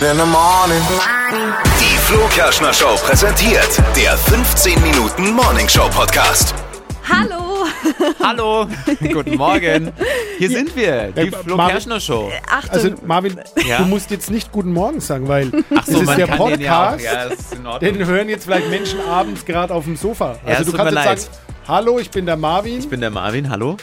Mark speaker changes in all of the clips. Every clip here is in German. Speaker 1: in the morning.
Speaker 2: Die Flo Kerschner Show präsentiert der 15 Minuten Morning Show Podcast.
Speaker 3: Hallo!
Speaker 4: Hallo, guten Morgen. Hier sind wir, die
Speaker 5: Ja,
Speaker 4: Flo
Speaker 5: Marvin-
Speaker 4: Kerschner Show.
Speaker 3: Achtung,
Speaker 5: Also Marvin,
Speaker 4: Ja.
Speaker 5: du musst jetzt nicht guten Morgen sagen, weil
Speaker 4: Ach so,
Speaker 5: es ist
Speaker 4: man
Speaker 5: der
Speaker 4: kann den ja auch-
Speaker 5: Podcast,
Speaker 4: Ja, das ist in Ordnung.
Speaker 5: den hören jetzt vielleicht Menschen abends gerade auf dem Sofa.
Speaker 4: Ja, es
Speaker 5: also du
Speaker 4: tut
Speaker 5: kannst
Speaker 4: mir
Speaker 5: jetzt
Speaker 4: leid.
Speaker 5: sagen, hallo, ich bin der Marvin.
Speaker 4: Ich bin der Marvin, hallo.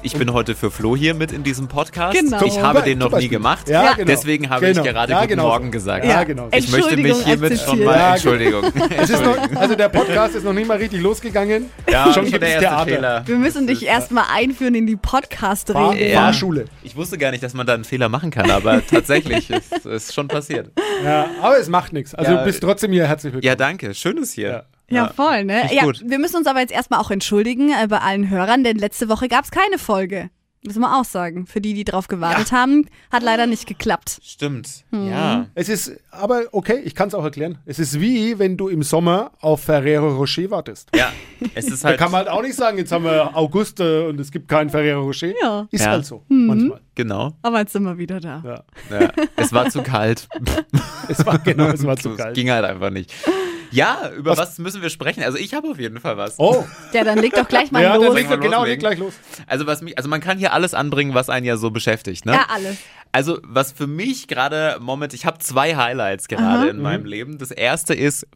Speaker 4: Ich bin heute für Flo hier mit in diesem Podcast.
Speaker 3: Genau.
Speaker 4: Ich
Speaker 5: Zum
Speaker 4: habe
Speaker 5: Beispiel-
Speaker 4: den noch
Speaker 5: zum
Speaker 4: nie
Speaker 5: Beispiel.
Speaker 4: gemacht.
Speaker 5: Ja,
Speaker 3: Ja.
Speaker 5: genau.
Speaker 4: Deswegen habe
Speaker 5: Genau.
Speaker 4: ich gerade
Speaker 5: Ja,
Speaker 4: guten
Speaker 5: genau.
Speaker 4: Morgen gesagt.
Speaker 5: Ja, genau.
Speaker 4: Ich möchte mich
Speaker 3: Entschuldigung,
Speaker 4: hiermit schon
Speaker 3: akzeptiert.
Speaker 4: mal
Speaker 5: Ja,
Speaker 4: Entschuldigung.
Speaker 5: Es ist noch, also der Podcast ist noch nicht mal richtig losgegangen.
Speaker 4: Ja, schon
Speaker 5: gibt's
Speaker 4: der erste
Speaker 5: Theater.
Speaker 4: Fehler.
Speaker 3: wir müssen dich erstmal einführen in die
Speaker 5: Fahr
Speaker 3: Podcast-Regel.
Speaker 4: Ja.
Speaker 5: Fahrschule.
Speaker 4: Ich wusste gar nicht, dass man da einen Fehler machen kann, aber tatsächlich, es es ist schon passiert.
Speaker 5: Ja, aber es macht nichts. Also
Speaker 4: Ja.
Speaker 5: du bist trotzdem hier herzlich willkommen.
Speaker 4: Ja, danke. Schönes hier.
Speaker 3: Ja, voll, ne?
Speaker 4: Ist
Speaker 3: Ja,
Speaker 4: gut.
Speaker 3: wir müssen uns aber jetzt erstmal auch entschuldigen äh, bei allen Hörern, denn letzte Woche gab es keine Folge. Müssen wir auch sagen. Für die, die drauf gewartet haben, hat leider nicht geklappt.
Speaker 4: Stimmt.
Speaker 3: Hm.
Speaker 4: Ja.
Speaker 5: Es ist, aber okay, ich kann es auch erklären. Es ist wie, wenn du im Sommer auf Ferrero Rocher wartest.
Speaker 4: Ja. Es ist
Speaker 5: Da
Speaker 4: halt.
Speaker 5: kann man halt auch nicht sagen, jetzt haben wir August äh, und es gibt keinen Ferrero Rocher.
Speaker 3: Ja.
Speaker 5: Ist
Speaker 4: Ja.
Speaker 5: halt so, manchmal.
Speaker 4: Genau.
Speaker 3: Aber jetzt sind wir wieder da.
Speaker 5: Ja.
Speaker 4: Ja. Es war zu kalt.
Speaker 5: Es war genau, es war zu
Speaker 4: Es
Speaker 5: kalt.
Speaker 4: ging halt einfach nicht. Ja, über was?
Speaker 5: Was-
Speaker 4: müssen wir sprechen? Also ich habe auf jeden Fall was.
Speaker 5: Oh,
Speaker 3: Ja, dann leg doch gleich mal
Speaker 5: ja, dann
Speaker 3: los.
Speaker 5: legen wir
Speaker 4: Wollen wir
Speaker 5: genau
Speaker 4: loslegen?
Speaker 5: leg gleich los.
Speaker 4: Also was mich, also man kann hier alles anbringen, was einen ja so beschäftigt, ne?
Speaker 3: Ja, alles.
Speaker 4: Also was für mich gerade moment, ich habe zwei Highlights gerade in meinem
Speaker 5: Mhm.
Speaker 4: Leben. Das erste ist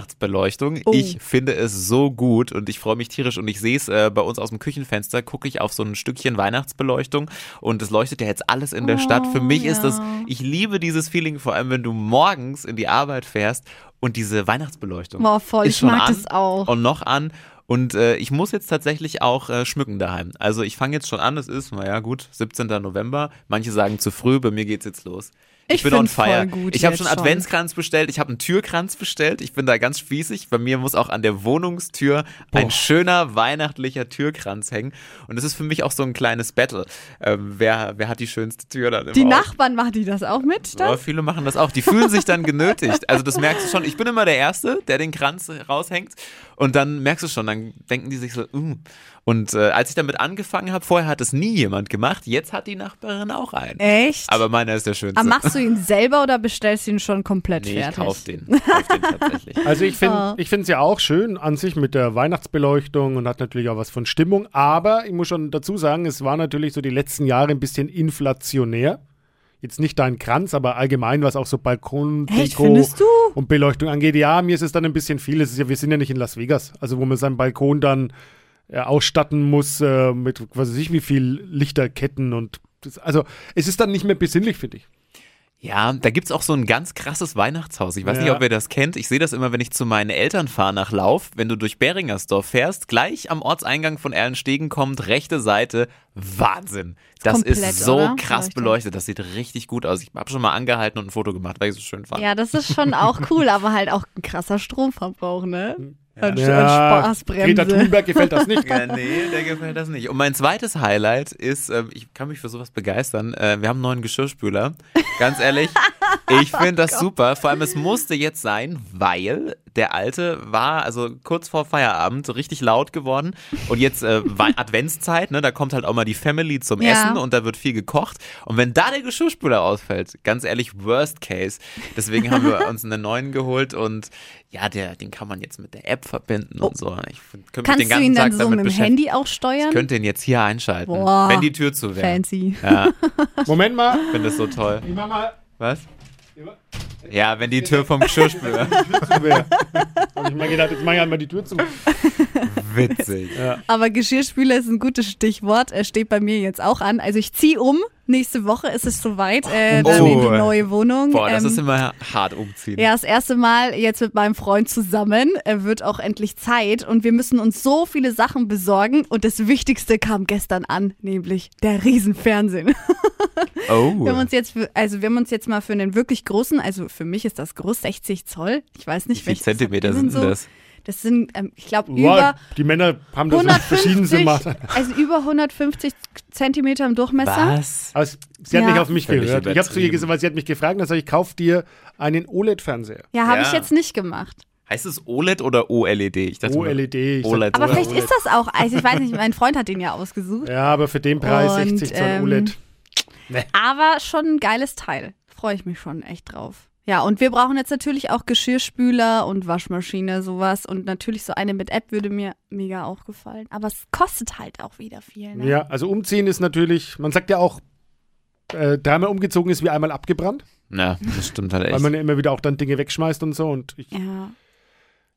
Speaker 4: Weihnachtsbeleuchtung.
Speaker 3: Oh.
Speaker 4: Ich finde es so gut und ich freue mich tierisch und ich sehe es äh, bei uns aus dem Küchenfenster, gucke ich auf so ein Stückchen Weihnachtsbeleuchtung und es leuchtet ja jetzt alles in der Stadt.
Speaker 3: Oh,
Speaker 4: Für mich ist das, ich liebe dieses Feeling, vor allem wenn du morgens in die Arbeit fährst und diese Weihnachtsbeleuchtung
Speaker 3: Boah, voll,
Speaker 4: ist
Speaker 3: ich
Speaker 4: schon
Speaker 3: mag
Speaker 4: an
Speaker 3: das auch.
Speaker 4: und noch an. Und äh, ich muss jetzt tatsächlich auch äh, schmücken daheim. Also ich fange jetzt schon an, es ist, naja gut, 17. November. Manche sagen zu früh, bei mir geht's jetzt los.
Speaker 3: Ich
Speaker 4: bin on
Speaker 3: find's voll
Speaker 4: fire.
Speaker 3: gut
Speaker 4: ich habe
Speaker 3: jetzt
Speaker 4: schon
Speaker 3: schon.
Speaker 4: Adventskranz bestellt, ich habe einen Türkranz bestellt. Ich bin da ganz spießig. Bei mir muss auch an der Wohnungstür ein schöner weihnachtlicher Türkranz hängen. Und das ist für mich auch so ein kleines Battle. Ähm, wer, wer hat die schönste Tür dann im
Speaker 3: Die
Speaker 4: Haus?
Speaker 3: Nachbarn machen die das auch mit
Speaker 4: Aber
Speaker 3: dann?
Speaker 4: viele machen das auch. Die fühlen sich dann genötigt. Also das merkst du schon. Ich bin immer der Erste, der den Kranz raushängt. Und dann merkst du schon, dann denken die sich so, mm. Und äh, als ich damit angefangen habe, vorher hat es nie jemand gemacht. Jetzt hat die Nachbarin auch einen.
Speaker 3: Echt?
Speaker 4: Aber meiner ist der schönste.
Speaker 3: Aber machst du ihn selber oder bestellst du ihn schon komplett
Speaker 4: nee, ich
Speaker 3: fertig?
Speaker 4: kauf den. Kauf den tatsächlich.
Speaker 5: Also ich
Speaker 3: Ah.
Speaker 5: finde ich finde es ja auch schön an sich mit der Weihnachtsbeleuchtung und hat natürlich auch was von Stimmung, aber ich muss schon dazu sagen, es war natürlich so die letzten Jahre ein bisschen inflationär. Jetzt nicht dein Kranz, aber allgemein, was auch so Balkon,
Speaker 3: Echt,
Speaker 5: Deko
Speaker 3: findest du?
Speaker 5: und Beleuchtung angeht. Ja, mir ist es dann ein bisschen viel. Es ist ja, wir sind ja nicht in Las Vegas, also wo man seinen Balkon dann äh, ausstatten muss äh, mit, was weiß ich, wie viel Lichterketten und das, also es ist dann nicht mehr besinnlich, finde ich.
Speaker 4: Ja, da gibt's auch so ein ganz krasses Weihnachtshaus. Ich weiß
Speaker 5: Ja.
Speaker 4: nicht, ob ihr das kennt. Ich sehe das immer, wenn ich zu meinen Eltern fahre nach Lauf. Wenn du durch Beringersdorf fährst, gleich am Ortseingang von Erlenstegen kommt, rechte Seite. Wahnsinn. Das
Speaker 3: Komplett,
Speaker 4: ist so
Speaker 3: oder?
Speaker 4: krass
Speaker 3: Beleuchtet.
Speaker 4: beleuchtet. Das sieht richtig gut aus. Ich habe schon mal angehalten und ein Foto gemacht, weil ich es so schön fand.
Speaker 3: Ja, das ist schon auch cool, aber halt auch ein krasser Stromverbrauch, ne? Ja. Und, und
Speaker 5: Greta
Speaker 3: Spaßbremse.
Speaker 5: Thunberg gefällt das nicht.
Speaker 4: Ja, nee, der gefällt das nicht. Und mein zweites Highlight ist, ähm, ich kann mich für sowas begeistern, äh, wir haben einen neuen Geschirrspüler. Ganz ehrlich, ich finde das super. Vor allem, es musste jetzt sein, weil der alte war, also kurz vor Feierabend, richtig laut geworden. Und jetzt äh, war Adventszeit, ne, da kommt halt auch mal die Family zum
Speaker 3: Ja.
Speaker 4: Essen und da wird viel gekocht. Und wenn da der Geschirrspüler ausfällt, ganz ehrlich, worst case. Deswegen haben wir uns einen neuen geholt und ja, der, den kann man jetzt mit der App verbinden und so. Ich find- könnte
Speaker 3: Kannst
Speaker 4: mich den
Speaker 3: du
Speaker 4: ganzen
Speaker 3: ihn
Speaker 4: Tag
Speaker 3: dann so
Speaker 4: damit
Speaker 3: mit dem
Speaker 4: beschäftigen.
Speaker 3: Handy auch steuern?
Speaker 4: Ich könnte ihn jetzt hier einschalten,
Speaker 3: Boah.
Speaker 4: wenn die Tür zu wäre.
Speaker 3: Fancy.
Speaker 4: Ja,
Speaker 5: Moment mal,
Speaker 4: ich finde das so toll.
Speaker 5: ich mach mal.
Speaker 4: Was? Ja, wenn die Tür vom Geschirrspüler.
Speaker 5: wäre. Habe ich mal gedacht, jetzt mache ich einmal die Tür zu.
Speaker 4: Witzig.
Speaker 3: Aber Geschirrspüler ist ein gutes Stichwort. Er steht bei mir jetzt auch an. Also ich ziehe um. Nächste Woche ist es soweit. Äh, dann in die
Speaker 4: Oh.
Speaker 3: neue Wohnung.
Speaker 4: Boah, das
Speaker 3: Ähm,
Speaker 4: ist immer hart umziehen.
Speaker 3: ja, das erste Mal jetzt mit meinem Freund zusammen. Er wird auch endlich Zeit und wir müssen uns so viele Sachen besorgen. Und das Wichtigste kam gestern an, nämlich der Riesenfernsehen.
Speaker 4: Oh.
Speaker 3: Wir haben uns jetzt, für, also wir haben uns jetzt mal für einen wirklich großen, also für mich ist das groß, 60 Zoll. Ich weiß nicht,
Speaker 4: Wie viel
Speaker 3: welches habt ihr
Speaker 4: Zentimeter
Speaker 3: denn
Speaker 4: sind denn das?
Speaker 3: Das sind, ähm, ich glaube,
Speaker 5: Wow,
Speaker 3: über
Speaker 5: die Männer haben das in verschiedensten
Speaker 3: 150,
Speaker 5: Maßen.
Speaker 3: also über 150 Zentimeter im Durchmesser.
Speaker 4: Was?
Speaker 5: Aber es- sie hat
Speaker 3: Ja.
Speaker 5: nicht auf mich
Speaker 4: Völlig
Speaker 5: gehört. Ich habe zu ihr
Speaker 4: übertrieben.
Speaker 5: gesagt, weil sie hat mich gefragt, dann sag ich, kauf dir einen E OLED-Fernseher.
Speaker 3: Ja, habe
Speaker 4: Ja.
Speaker 3: ich jetzt nicht gemacht.
Speaker 4: Heißt es OLED oder OLED? Ich dachte immer-
Speaker 5: OLED. E Ich sag-
Speaker 4: OLED.
Speaker 3: Aber
Speaker 4: oder E
Speaker 3: vielleicht
Speaker 4: OLED.
Speaker 3: ist das auch, also ich weiß nicht, mein Freund hat den ja ausgesucht.
Speaker 5: Ja, aber für den Preis
Speaker 3: Und,
Speaker 5: 60 Zoll E
Speaker 3: ähm,
Speaker 5: OLED.
Speaker 3: Aber schon ein geiles Teil. Freue ich mich schon echt drauf. Ja, und wir brauchen jetzt natürlich auch Geschirrspüler und Waschmaschine, sowas. Und natürlich so eine mit App würde mir mega auch gefallen. Aber es kostet halt auch wieder viel. Ne?
Speaker 5: Ja, also umziehen ist natürlich, man sagt ja auch, äh, dreimal umgezogen ist wie einmal abgebrannt,
Speaker 4: Ja, das stimmt halt
Speaker 5: weil
Speaker 4: echt.
Speaker 5: man ja immer wieder auch dann Dinge wegschmeißt und so. Und ich,
Speaker 3: Ja. Ah.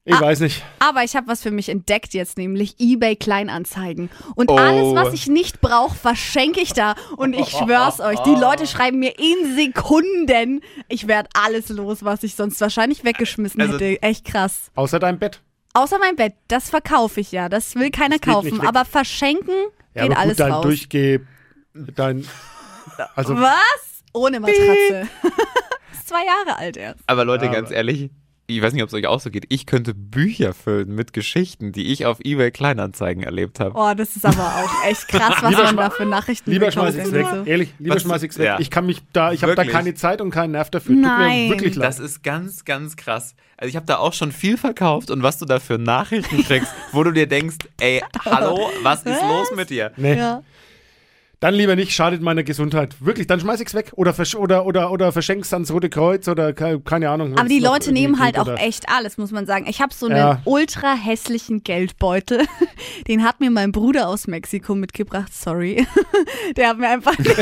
Speaker 5: ich weiß nicht.
Speaker 3: Aber ich habe was für mich entdeckt jetzt, nämlich eBay Kleinanzeigen. Und alles,
Speaker 4: Oh.
Speaker 3: was ich nicht brauche, verschenke ich da. Und ich schwör's euch, die Leute schreiben mir in Sekunden, ich werde alles los, was ich sonst wahrscheinlich weggeschmissen
Speaker 4: Also-
Speaker 3: hätte. Echt krass.
Speaker 5: Außer deinem Bett.
Speaker 3: Außer mein Bett, das verkaufe ich ja. Das will keiner
Speaker 5: geht nicht
Speaker 3: kaufen.
Speaker 5: weg.
Speaker 3: Aber verschenken geht
Speaker 5: Ja, aber gut,
Speaker 3: alles
Speaker 5: dein
Speaker 3: raus.
Speaker 5: Durchge... Dein... Also,
Speaker 3: Was? Ohne Matratze. ist zwei Jahre alt erst.
Speaker 4: Aber Leute,
Speaker 5: Ja,
Speaker 4: ganz
Speaker 5: aber-
Speaker 4: ehrlich, ich weiß nicht, ob es euch auch so geht. Ich könnte Bücher füllen mit Geschichten, die ich auf eBay Kleinanzeigen erlebt habe.
Speaker 3: Oh, das ist aber auch echt krass, was man da für Nachrichten
Speaker 5: Lieber
Speaker 3: bekommt Also
Speaker 5: schmeiß ich's
Speaker 3: und
Speaker 5: weg.
Speaker 3: so.
Speaker 5: Ehrlich, lieber
Speaker 4: Was-
Speaker 5: schmeiß ich's weg.
Speaker 4: ja.
Speaker 5: Ich kann mich da, ich habe da
Speaker 4: Wirklich.
Speaker 5: keine Zeit und keinen Nerv dafür. Tut
Speaker 3: Nein.
Speaker 5: mir wirklich leid.
Speaker 4: Das ist ganz, ganz krass. Also ich habe da auch schon viel verkauft und was du da für Nachrichten kriegst, wo du dir denkst, ey, hallo, was ist los mit dir?
Speaker 5: nee.
Speaker 3: Ja.
Speaker 5: Dann lieber nicht, schadet meiner Gesundheit. Wirklich, dann schmeiß ich's weg. Oder, versch oder, oder, oder verschenk's ans Rote Kreuz oder ke- keine Ahnung. wenn's
Speaker 3: Aber die
Speaker 5: noch
Speaker 3: Leute
Speaker 5: irgendwie
Speaker 3: nehmen halt
Speaker 5: geht
Speaker 3: auch
Speaker 5: oder-
Speaker 3: echt alles, muss man sagen. Ich habe so einen
Speaker 5: Ja.
Speaker 3: ultra hässlichen Geldbeutel. Den hat mir mein Bruder aus Mexiko mitgebracht, sorry. Der hat mir einfach nicht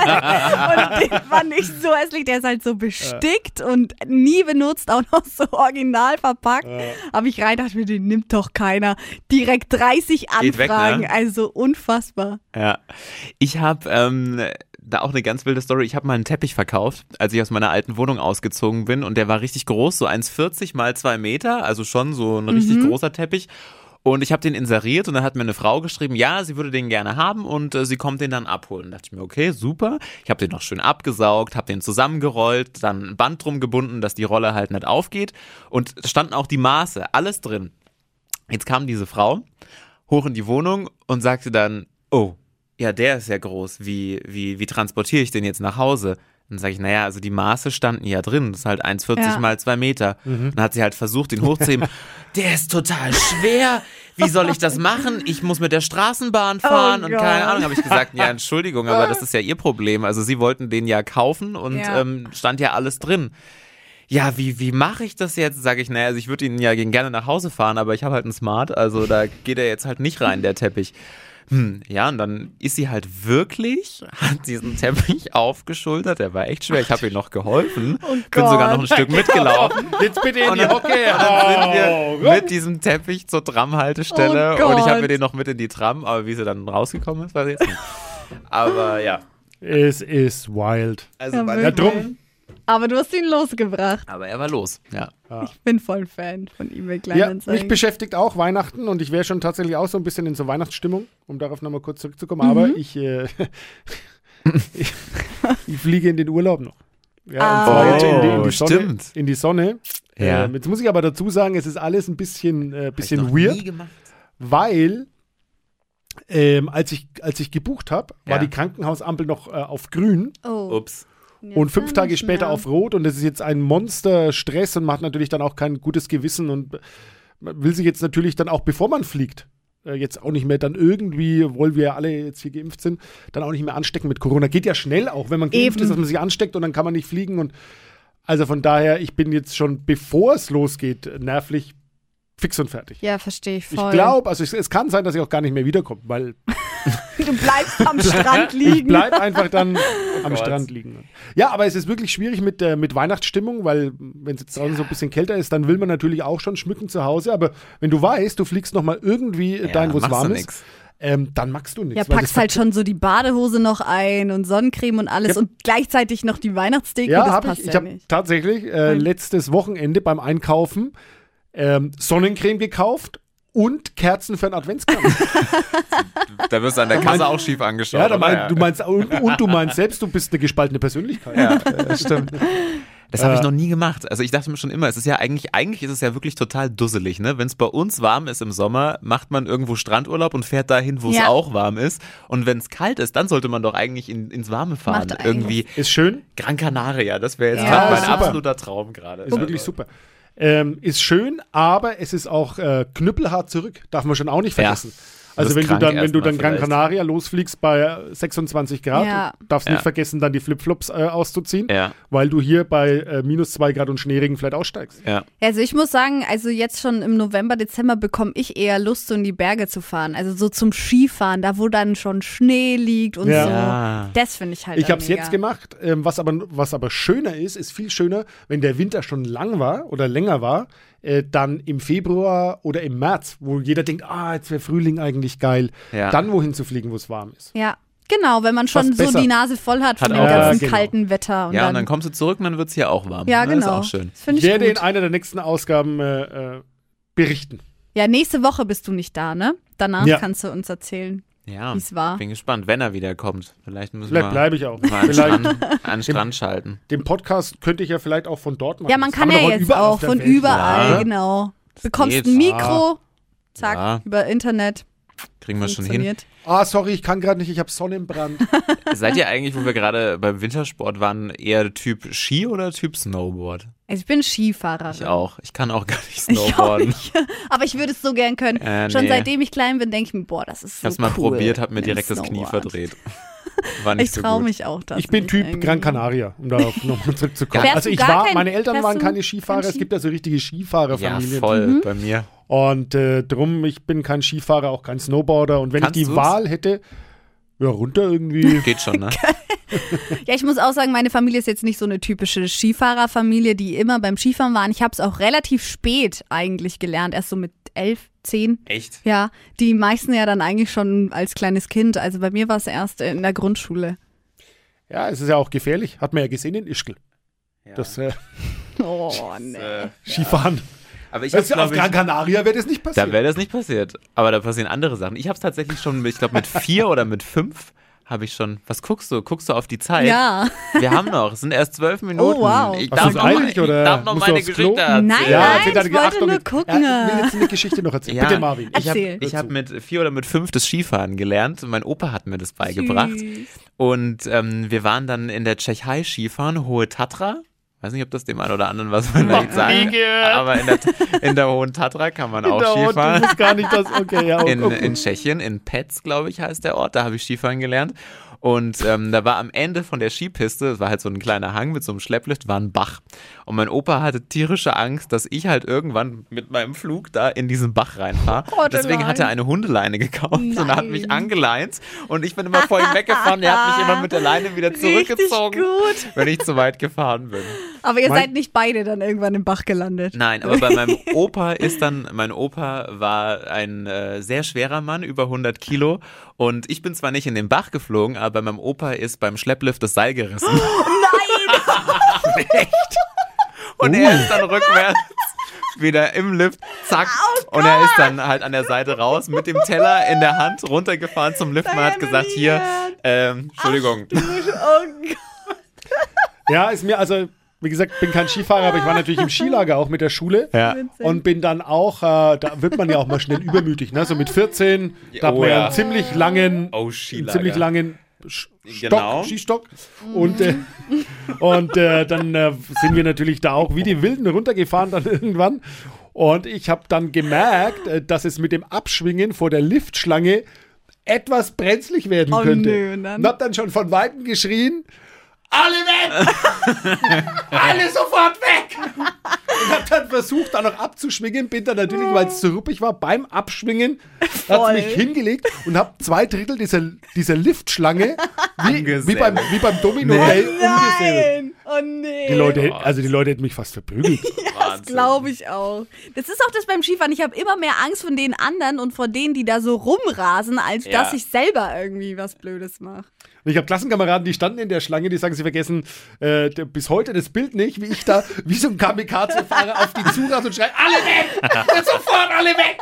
Speaker 3: gefallen. Und den fand ich so hässlich. Der ist halt so bestickt und nie benutzt, auch noch so original verpackt. Habe ich rein, dachte mir, den nimmt doch keiner. Direkt 30
Speaker 4: Geht weg, ne?
Speaker 3: Anfragen, also unfassbar.
Speaker 4: Ja. Ich habe ähm, da auch eine ganz wilde Story. Ich habe mal einen Teppich verkauft, als ich aus meiner alten Wohnung ausgezogen bin. Und der war richtig groß, so 1,40 mal 2 Meter. Also schon so ein richtig großer Teppich. Und ich habe den inseriert und dann hat mir eine Frau geschrieben, ja, sie würde den gerne haben und äh, sie kommt den dann abholen. Da dachte ich mir, okay, super. Ich habe den noch schön abgesaugt, habe den zusammengerollt, dann ein Band drum gebunden, dass die Rolle halt nicht aufgeht. Und es standen auch die Maße, alles drin. Jetzt kam diese Frau hoch in die Wohnung und sagte dann, oh, ja, der ist ja groß, wie, wie, wie transportiere ich den jetzt nach Hause? Dann sage ich, naja, also die Maße standen ja drin, das ist halt 1,40
Speaker 3: Ja.
Speaker 4: mal 2 Meter. Dann hat sie halt versucht, den hochzuheben. der ist total schwer, wie soll ich das machen? Ich muss mit der Straßenbahn fahren und keine
Speaker 3: Gott.
Speaker 4: Ahnung. Habe ich gesagt, ja, Entschuldigung, aber das ist ja ihr Problem. Also sie wollten den ja kaufen und
Speaker 3: Ja.
Speaker 4: ähm, stand ja alles drin ja, wie, wie mache ich das jetzt? Sage ich, naja, also ich würde ihn ja gerne nach Hause fahren, aber ich habe halt einen Smart, also da geht er jetzt halt nicht rein, der Teppich. Hm, ja, und dann ist sie halt wirklich, hat diesen Teppich aufgeschultert, der war echt schwer, ich habe ihr noch geholfen, bin sogar noch ein Stück mitgelaufen.
Speaker 5: Jetzt bitte in
Speaker 4: Und
Speaker 5: die
Speaker 4: dann,
Speaker 5: Hocke.
Speaker 4: und dann sind
Speaker 5: Oh,
Speaker 4: wir
Speaker 5: Gott.
Speaker 4: mit diesem Teppich zur Tramhaltestelle
Speaker 3: Oh
Speaker 4: und ich habe mir
Speaker 3: Gott.
Speaker 4: den noch mit in die Tram, aber wie sie dann rausgekommen ist, weiß ich jetzt nicht. Aber ja,
Speaker 5: Es ist wild.
Speaker 4: also
Speaker 3: Ja,
Speaker 4: war
Speaker 5: Ja,
Speaker 3: wirklich.
Speaker 5: drum.
Speaker 3: Aber du hast ihn losgebracht.
Speaker 4: aber er war los, ja.
Speaker 3: Bin voll Fan von eBay
Speaker 5: Ja,
Speaker 3: Kleinanzeigen.
Speaker 5: mich beschäftigt auch Weihnachten und ich wäre schon tatsächlich auch so ein bisschen in so Weihnachtsstimmung, um darauf nochmal kurz zurückzukommen. Aber ich, äh, ich, ich fliege in den Urlaub noch. Ja, und zwar
Speaker 4: Ah.
Speaker 5: jetzt in die, in
Speaker 4: Oh,
Speaker 5: die Sonne.
Speaker 4: stimmt.
Speaker 5: In die Sonne.
Speaker 4: Ja.
Speaker 5: Ähm, jetzt muss ich aber dazu sagen, es ist alles ein bisschen, äh,
Speaker 4: Hab ich
Speaker 5: bisschen
Speaker 4: noch nie
Speaker 5: weird,
Speaker 4: gemacht.
Speaker 5: weil ähm, als, ich, als ich gebucht habe, war
Speaker 4: Ja.
Speaker 5: die Krankenhausampel noch äh, auf grün
Speaker 3: oh.
Speaker 4: Ups.
Speaker 5: und
Speaker 3: ne?
Speaker 5: fünf Tage später auf Rot und das ist jetzt ein Monsterstress und macht natürlich dann auch kein gutes Gewissen und man will sich jetzt natürlich dann auch, bevor man fliegt, äh, jetzt auch nicht mehr dann irgendwie, obwohl wir alle jetzt hier geimpft sind, dann auch nicht mehr anstecken mit Corona. Geht ja schnell auch, wenn man geimpft
Speaker 3: Eben.
Speaker 5: ist, dass man sich ansteckt und dann kann man nicht fliegen und also von daher, ich bin jetzt schon, bevor es losgeht, nervlich fix und fertig.
Speaker 3: Ja, verstehe ich voll.
Speaker 5: Ich glaube, also es, es kann sein, dass ich auch gar nicht mehr wiederkomme, weil
Speaker 3: Du bleibst am Strand
Speaker 5: ich
Speaker 3: liegen.
Speaker 5: bleib einfach dann am
Speaker 4: Oh Gott.
Speaker 5: Strand liegen. Ja, aber es ist wirklich schwierig mit, äh, mit Weihnachtsstimmung, weil wenn es jetzt draußen so ein bisschen kälter ist, dann will man natürlich auch schon schmücken zu Hause. Aber wenn du weißt, du fliegst nochmal irgendwie äh,
Speaker 4: Ja,
Speaker 5: dahin, wo es
Speaker 4: machst du
Speaker 5: warm ist,
Speaker 4: nix.
Speaker 5: ähm, dann magst du
Speaker 3: ja,
Speaker 5: nichts. weil
Speaker 3: packst
Speaker 5: das-
Speaker 3: halt schon so die Badehose noch ein und Sonnencreme und alles
Speaker 5: Ja.
Speaker 3: und gleichzeitig noch die Weihnachtsdeko.
Speaker 5: Ja,
Speaker 3: das
Speaker 5: habe
Speaker 3: passt
Speaker 5: ich. Ich
Speaker 3: ja
Speaker 5: habe
Speaker 3: nicht.
Speaker 5: tatsächlich äh, letztes Wochenende beim Einkaufen ähm, Sonnencreme gekauft. Und Kerzen für einen Adventskranz.
Speaker 4: Da wirst du an der Kasse auch schief angeschaut.
Speaker 5: ja, da
Speaker 4: oder?
Speaker 5: mein, du meinst, und, und du meinst selbst, du bist eine gespaltene Persönlichkeit.
Speaker 4: Ja, das stimmt. Das
Speaker 5: Äh.
Speaker 4: habe ich noch nie gemacht. Also ich dachte mir schon immer, es ist ja eigentlich, eigentlich ist es ja wirklich total dusselig, ne? Wenn es bei uns warm ist im Sommer, macht man irgendwo Strandurlaub und fährt dahin, wo es
Speaker 3: Ja.
Speaker 4: auch warm ist. Und wenn es kalt ist, dann sollte man doch eigentlich in, ins Warme fahren.
Speaker 3: Macht eigentlich.
Speaker 4: Irgendwie
Speaker 5: Ist schön,
Speaker 4: Gran Canaria, das wäre jetzt
Speaker 3: Ja,
Speaker 4: gerade mein
Speaker 5: super.
Speaker 4: absoluter Traum gerade.
Speaker 5: Ist wirklich super. Ähm, ist schön, aber es ist auch äh, knüppelhart zurück. Darf man schon auch nicht
Speaker 4: Ja.
Speaker 5: vergessen. Also
Speaker 4: wirst
Speaker 5: wenn du
Speaker 4: krank
Speaker 5: dann, wenn du
Speaker 4: erstmal
Speaker 5: dann Gran
Speaker 4: vielleicht.
Speaker 5: Canaria losfliegst bei 26 Grad,
Speaker 3: Ja.
Speaker 5: darfst
Speaker 4: Ja.
Speaker 5: nicht vergessen, dann die Flipflops äh, auszuziehen,
Speaker 4: Ja.
Speaker 5: weil du hier bei äh, minus 2 Grad und Schneeregen vielleicht aussteigst.
Speaker 4: Ja.
Speaker 3: Also ich muss sagen, also jetzt schon im November, Dezember bekomme ich eher Lust, so in die Berge zu fahren. Also so zum Skifahren, da wo dann schon Schnee liegt und
Speaker 5: Ja.
Speaker 3: so.
Speaker 4: Ja.
Speaker 3: Das finde ich halt
Speaker 5: Ich
Speaker 3: dann
Speaker 5: habe es
Speaker 3: mega.
Speaker 5: jetzt gemacht. Ähm, was, aber, was aber schöner ist, ist viel schöner, wenn der Winter schon lang war oder länger war, äh, dann im Februar oder im März, wo jeder denkt, ah, jetzt wäre Frühling eigentlich geil,
Speaker 4: Ja.
Speaker 5: dann wohin zu fliegen, wo es warm ist.
Speaker 3: Ja, genau, wenn man schon
Speaker 5: Fast
Speaker 3: so
Speaker 5: besser.
Speaker 3: die Nase voll hat von
Speaker 4: Hat
Speaker 3: dem
Speaker 4: auch
Speaker 3: ganzen
Speaker 5: was. Ja, genau.
Speaker 3: kalten Wetter. Und
Speaker 4: Ja, und
Speaker 3: dann,
Speaker 4: dann kommst du zurück und dann wird es hier auch warm.
Speaker 3: ja
Speaker 4: ne?
Speaker 3: genau.
Speaker 4: Das ist auch schön.
Speaker 3: Das finde
Speaker 5: Ich
Speaker 3: ich
Speaker 5: werde in
Speaker 3: gut.
Speaker 5: einer der nächsten Ausgaben äh, äh, berichten.
Speaker 3: Ja, nächste Woche bist du nicht da, ne? Danach
Speaker 5: Ja.
Speaker 3: kannst du uns erzählen,
Speaker 4: Ja.
Speaker 3: wie es war.
Speaker 4: Bin gespannt, wenn er wieder kommt. Vielleicht müssen
Speaker 5: Vielleicht
Speaker 4: wir
Speaker 5: bleibe ich auch.
Speaker 4: mal an den
Speaker 5: Vielleicht
Speaker 4: Strand, an den Strand schalten.
Speaker 5: den Podcast könnte ich ja vielleicht auch von dort machen.
Speaker 3: Ja, man
Speaker 5: Das
Speaker 3: kann
Speaker 5: haben wir
Speaker 3: ja
Speaker 5: doch
Speaker 3: jetzt
Speaker 5: überall
Speaker 3: auch
Speaker 5: auf der
Speaker 3: von
Speaker 5: Welt.
Speaker 3: überall,
Speaker 4: Ja.
Speaker 3: genau. Bekommst
Speaker 4: geht.
Speaker 3: ein Mikro, zack,
Speaker 4: Ja.
Speaker 3: über Internet.
Speaker 4: Kriegen wir schon hin.
Speaker 3: Funktioniert.
Speaker 5: Ah, sorry, ich kann gerade nicht, ich habe Sonnenbrand.
Speaker 4: Seid ihr eigentlich, wo wir gerade beim Wintersport waren, eher Typ Ski oder Typ Snowboard?
Speaker 3: Also ich bin Skifahrerin.
Speaker 4: Ich auch. Ich kann auch gar nicht
Speaker 3: Ich auch
Speaker 4: snowboarden.
Speaker 3: nicht. Aber ich würde es so gern können.
Speaker 4: Äh,
Speaker 3: Schon
Speaker 4: nee.
Speaker 3: seitdem ich klein bin, denke ich mir, boah, das ist
Speaker 4: Ich
Speaker 3: so
Speaker 4: hab's mal
Speaker 3: cool.
Speaker 4: probiert, hab mir
Speaker 3: mit dem
Speaker 4: direkt das Knie
Speaker 3: Snowboard.
Speaker 4: verdreht. War nicht
Speaker 3: Ich
Speaker 4: so
Speaker 3: traue
Speaker 4: gut.
Speaker 3: mich auch das
Speaker 5: Ich bin
Speaker 3: nicht
Speaker 5: Typ
Speaker 3: irgendwie.
Speaker 5: Gran Canaria, um darauf nochmal zurückzukommen.
Speaker 3: Fährst
Speaker 5: also
Speaker 3: du
Speaker 5: ich
Speaker 3: gar
Speaker 5: war,
Speaker 3: kein-
Speaker 5: meine Eltern
Speaker 3: fährst
Speaker 5: waren
Speaker 3: du
Speaker 5: keine
Speaker 3: kein
Speaker 5: Skifahrer, es
Speaker 3: Ski?
Speaker 5: gibt ja so richtige
Speaker 4: Ja,
Speaker 5: Skifahrerfamilien.
Speaker 4: voll
Speaker 3: Mhm.
Speaker 4: bei mir.
Speaker 5: Und äh, drum, ich bin kein Skifahrer, auch kein Snowboarder. Und wenn
Speaker 4: Kannst
Speaker 5: ich die
Speaker 4: du's?
Speaker 5: Wahl hätte, ja, runter irgendwie.
Speaker 4: Geht schon, ne?
Speaker 3: Ja, ich muss auch sagen, meine Familie ist jetzt nicht so eine typische Skifahrerfamilie, die immer beim Skifahren waren. Ich habe es auch relativ spät eigentlich gelernt, erst so mit elf, zehn.
Speaker 4: Echt?
Speaker 3: Ja, die meisten ja dann eigentlich schon als kleines Kind. Also bei mir war es erst in der Grundschule.
Speaker 5: Ja, es ist ja auch gefährlich. Hat man ja gesehen in Ischgl.
Speaker 4: Ja.
Speaker 5: Das äh,
Speaker 3: Oh, nee.
Speaker 4: Äh,
Speaker 5: Skifahren.
Speaker 4: aber ich
Speaker 5: Das ist
Speaker 4: hab's,
Speaker 5: ja auf
Speaker 4: glaub ich,
Speaker 5: Gran Canaria wäre das nicht passiert.
Speaker 4: da wäre das nicht passiert. Aber da passieren andere Sachen. Ich hab's tatsächlich schon, ich glaube mit vier oder mit fünf habe ich schon. Was guckst du? Guckst du auf die Zeit?
Speaker 3: Ja. Oh,
Speaker 4: Wir haben noch. Es sind erst zwölf Minuten.
Speaker 3: wow.
Speaker 4: Ich
Speaker 5: Hast
Speaker 4: darf
Speaker 5: du's
Speaker 4: noch, mal-
Speaker 5: eilig,
Speaker 4: ich
Speaker 5: oder
Speaker 4: darf noch
Speaker 5: musst du
Speaker 4: meine
Speaker 5: aufs Klo?
Speaker 4: Geschichte erzählen.
Speaker 3: Nein,
Speaker 5: ja,
Speaker 3: nein,
Speaker 5: erzähl deine
Speaker 3: ich wollte
Speaker 5: Achtung,
Speaker 3: nur
Speaker 5: jetzt-
Speaker 3: gucken.
Speaker 5: Ja, ich will jetzt eine Geschichte noch erzählen.
Speaker 4: Ja,
Speaker 5: Bitte, Marvin.
Speaker 4: Ich habe
Speaker 3: Erzähl.
Speaker 4: hab
Speaker 5: zu.
Speaker 4: mit vier oder mit fünf das Skifahren gelernt. Mein Opa hat mir das beigebracht. Und ähm, wir waren dann in der Tschechei Skifahren, Hohe Tatra. Weiß nicht, ob das dem einen oder anderen was vielleicht sagt. Aber in der, in der Hohen Tatra kann man auch
Speaker 5: Da unten,
Speaker 4: Skifahren.
Speaker 5: das ist gar nicht das. Okay, ja,
Speaker 3: Genau.
Speaker 4: in,
Speaker 5: okay.
Speaker 4: in Tschechien, in Petz, glaube ich, heißt der Ort. Da habe ich Skifahren gelernt. Und ähm, da war am Ende von der Skipiste, es war halt so ein kleiner Hang mit so einem Schlepplift, war ein Bach. Und mein Opa hatte tierische Angst, dass ich halt irgendwann mit meinem Flug da in diesen Bach reinfahre.
Speaker 3: Oh Gott,
Speaker 4: Deswegen
Speaker 3: allein.
Speaker 4: hat er eine Hundeleine gekauft und hat mich angeleint. Und ich bin immer vor ihm weggefahren. Er hat mich immer mit der Leine wieder zurückgezogen,
Speaker 3: Richtig
Speaker 4: wenn ich zu weit gefahren bin.
Speaker 3: Aber ihr
Speaker 5: Mein-
Speaker 3: seid nicht beide dann irgendwann im Bach gelandet.
Speaker 4: Nein, aber bei meinem Opa ist dann, mein Opa war ein äh, sehr schwerer Mann, über 100 Kilo. Und ich bin zwar nicht in den Bach geflogen, aber bei meinem Opa ist beim Schlepplift das Seil gerissen. Nein! Echt? Und
Speaker 3: Uh.
Speaker 4: er ist dann rückwärts wieder im Lift, zack. und er ist dann halt an der Seite raus mit dem Teller in der Hand runtergefahren zum Lift. Man hat gesagt, hier, ähm, Entschuldigung,
Speaker 3: Oh
Speaker 5: Ja, ist mir, also, wie gesagt, bin kein Skifahrer, aber ich war natürlich im Skilager auch mit der Schule.
Speaker 4: Ja.
Speaker 5: Und bin dann auch, äh, da wird man ja auch mal schnell übermütig, ne? So mit 14, da hat
Speaker 4: Oh,
Speaker 5: man ja
Speaker 4: ja.
Speaker 5: einen ziemlich langen,
Speaker 4: Oh,
Speaker 5: einen
Speaker 4: Skilager.
Speaker 5: ziemlich langen Sch- Stock,
Speaker 4: Genau.
Speaker 5: Skistock. Und, äh, und äh, dann äh, sind wir natürlich da auch wie die Wilden runtergefahren dann irgendwann. Und ich habe dann gemerkt, äh, dass es mit dem Abschwingen vor der Liftschlange etwas brenzlig werden
Speaker 3: Oh,
Speaker 5: könnte.
Speaker 3: nö, und dann?
Speaker 5: Und hab dann schon von Weitem geschrien, alle weg! alle sofort weg! Und hab dann versucht, da noch abzuschwingen, bin dann natürlich, weil es zu ruppig war, beim Abschwingen hat
Speaker 3: Voll.
Speaker 5: mich hingelegt und hab zwei Drittel dieser, dieser Liftschlange wie, wie,
Speaker 4: Angesäbelt.
Speaker 5: beim, wie beim Domino Day umgesäbelt.
Speaker 3: Nein! Oh nee!
Speaker 5: Die Leute, hätten- also die Leute hätten mich fast verprügelt.
Speaker 3: Das glaube ich auch. Das ist auch das beim Skifahren. Ich habe immer mehr Angst von den anderen und vor denen, die da so rumrasen, als
Speaker 4: Ja.
Speaker 3: dass ich selber irgendwie was Blödes mache.
Speaker 5: Und ich habe Klassenkameraden, die standen in der Schlange, die sagen, sie vergessen äh, d- bis heute das Bild nicht, wie ich da wie so ein Kamikaze-Fahrer auf die zurase und schreie, alle weg! Jetzt sofort alle weg!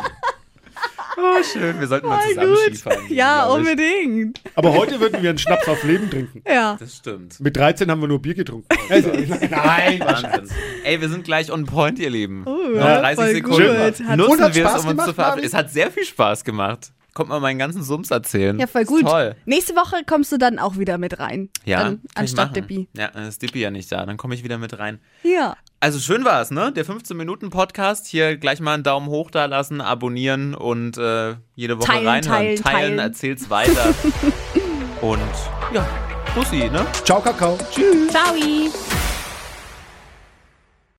Speaker 4: Oh, schön, wir sollten mal zusammen Skifahren. gehen,
Speaker 3: Ja,
Speaker 4: glaub ich.
Speaker 3: unbedingt.
Speaker 5: Aber heute würden wir einen Schnaps auf Leben trinken.
Speaker 3: Ja.
Speaker 4: Das stimmt.
Speaker 5: Mit 13 haben wir nur Bier getrunken. Also, nein, war Scherz.
Speaker 4: Wahnsinn. Ey, wir sind gleich on point, ihr Lieben. Noch
Speaker 3: Oh, ja,
Speaker 4: 30
Speaker 3: voll
Speaker 4: Sekunden.
Speaker 3: gut. Hat-
Speaker 5: Und
Speaker 4: Nutzen
Speaker 5: hat
Speaker 4: wir
Speaker 5: Spaß
Speaker 4: es, um uns zu
Speaker 5: gemacht,
Speaker 4: verabschieden.
Speaker 5: Marvin?
Speaker 4: Es hat sehr viel Spaß gemacht. Kommt mal meinen ganzen Sums erzählen.
Speaker 3: Ja, voll
Speaker 4: Ist
Speaker 3: gut.
Speaker 4: Toll.
Speaker 3: Nächste Woche kommst du dann auch wieder mit rein.
Speaker 4: Ja,
Speaker 3: Dann,
Speaker 4: kann ich
Speaker 3: anstatt
Speaker 4: machen.
Speaker 3: Dippi.
Speaker 4: Ja, dann ist Dippi ja nicht da. Dann komme ich wieder mit rein.
Speaker 3: Ja.
Speaker 4: Also schön war es, ne? Der 15-Minuten-Podcast. Hier gleich mal einen Daumen hoch da lassen, abonnieren und äh, jede Woche
Speaker 3: Teilen,
Speaker 4: reinhören.
Speaker 3: teilen, teilen.
Speaker 4: erzähl's weiter. und ja, Bussi, ne?
Speaker 5: Ciao, Kakao.
Speaker 3: Ciao.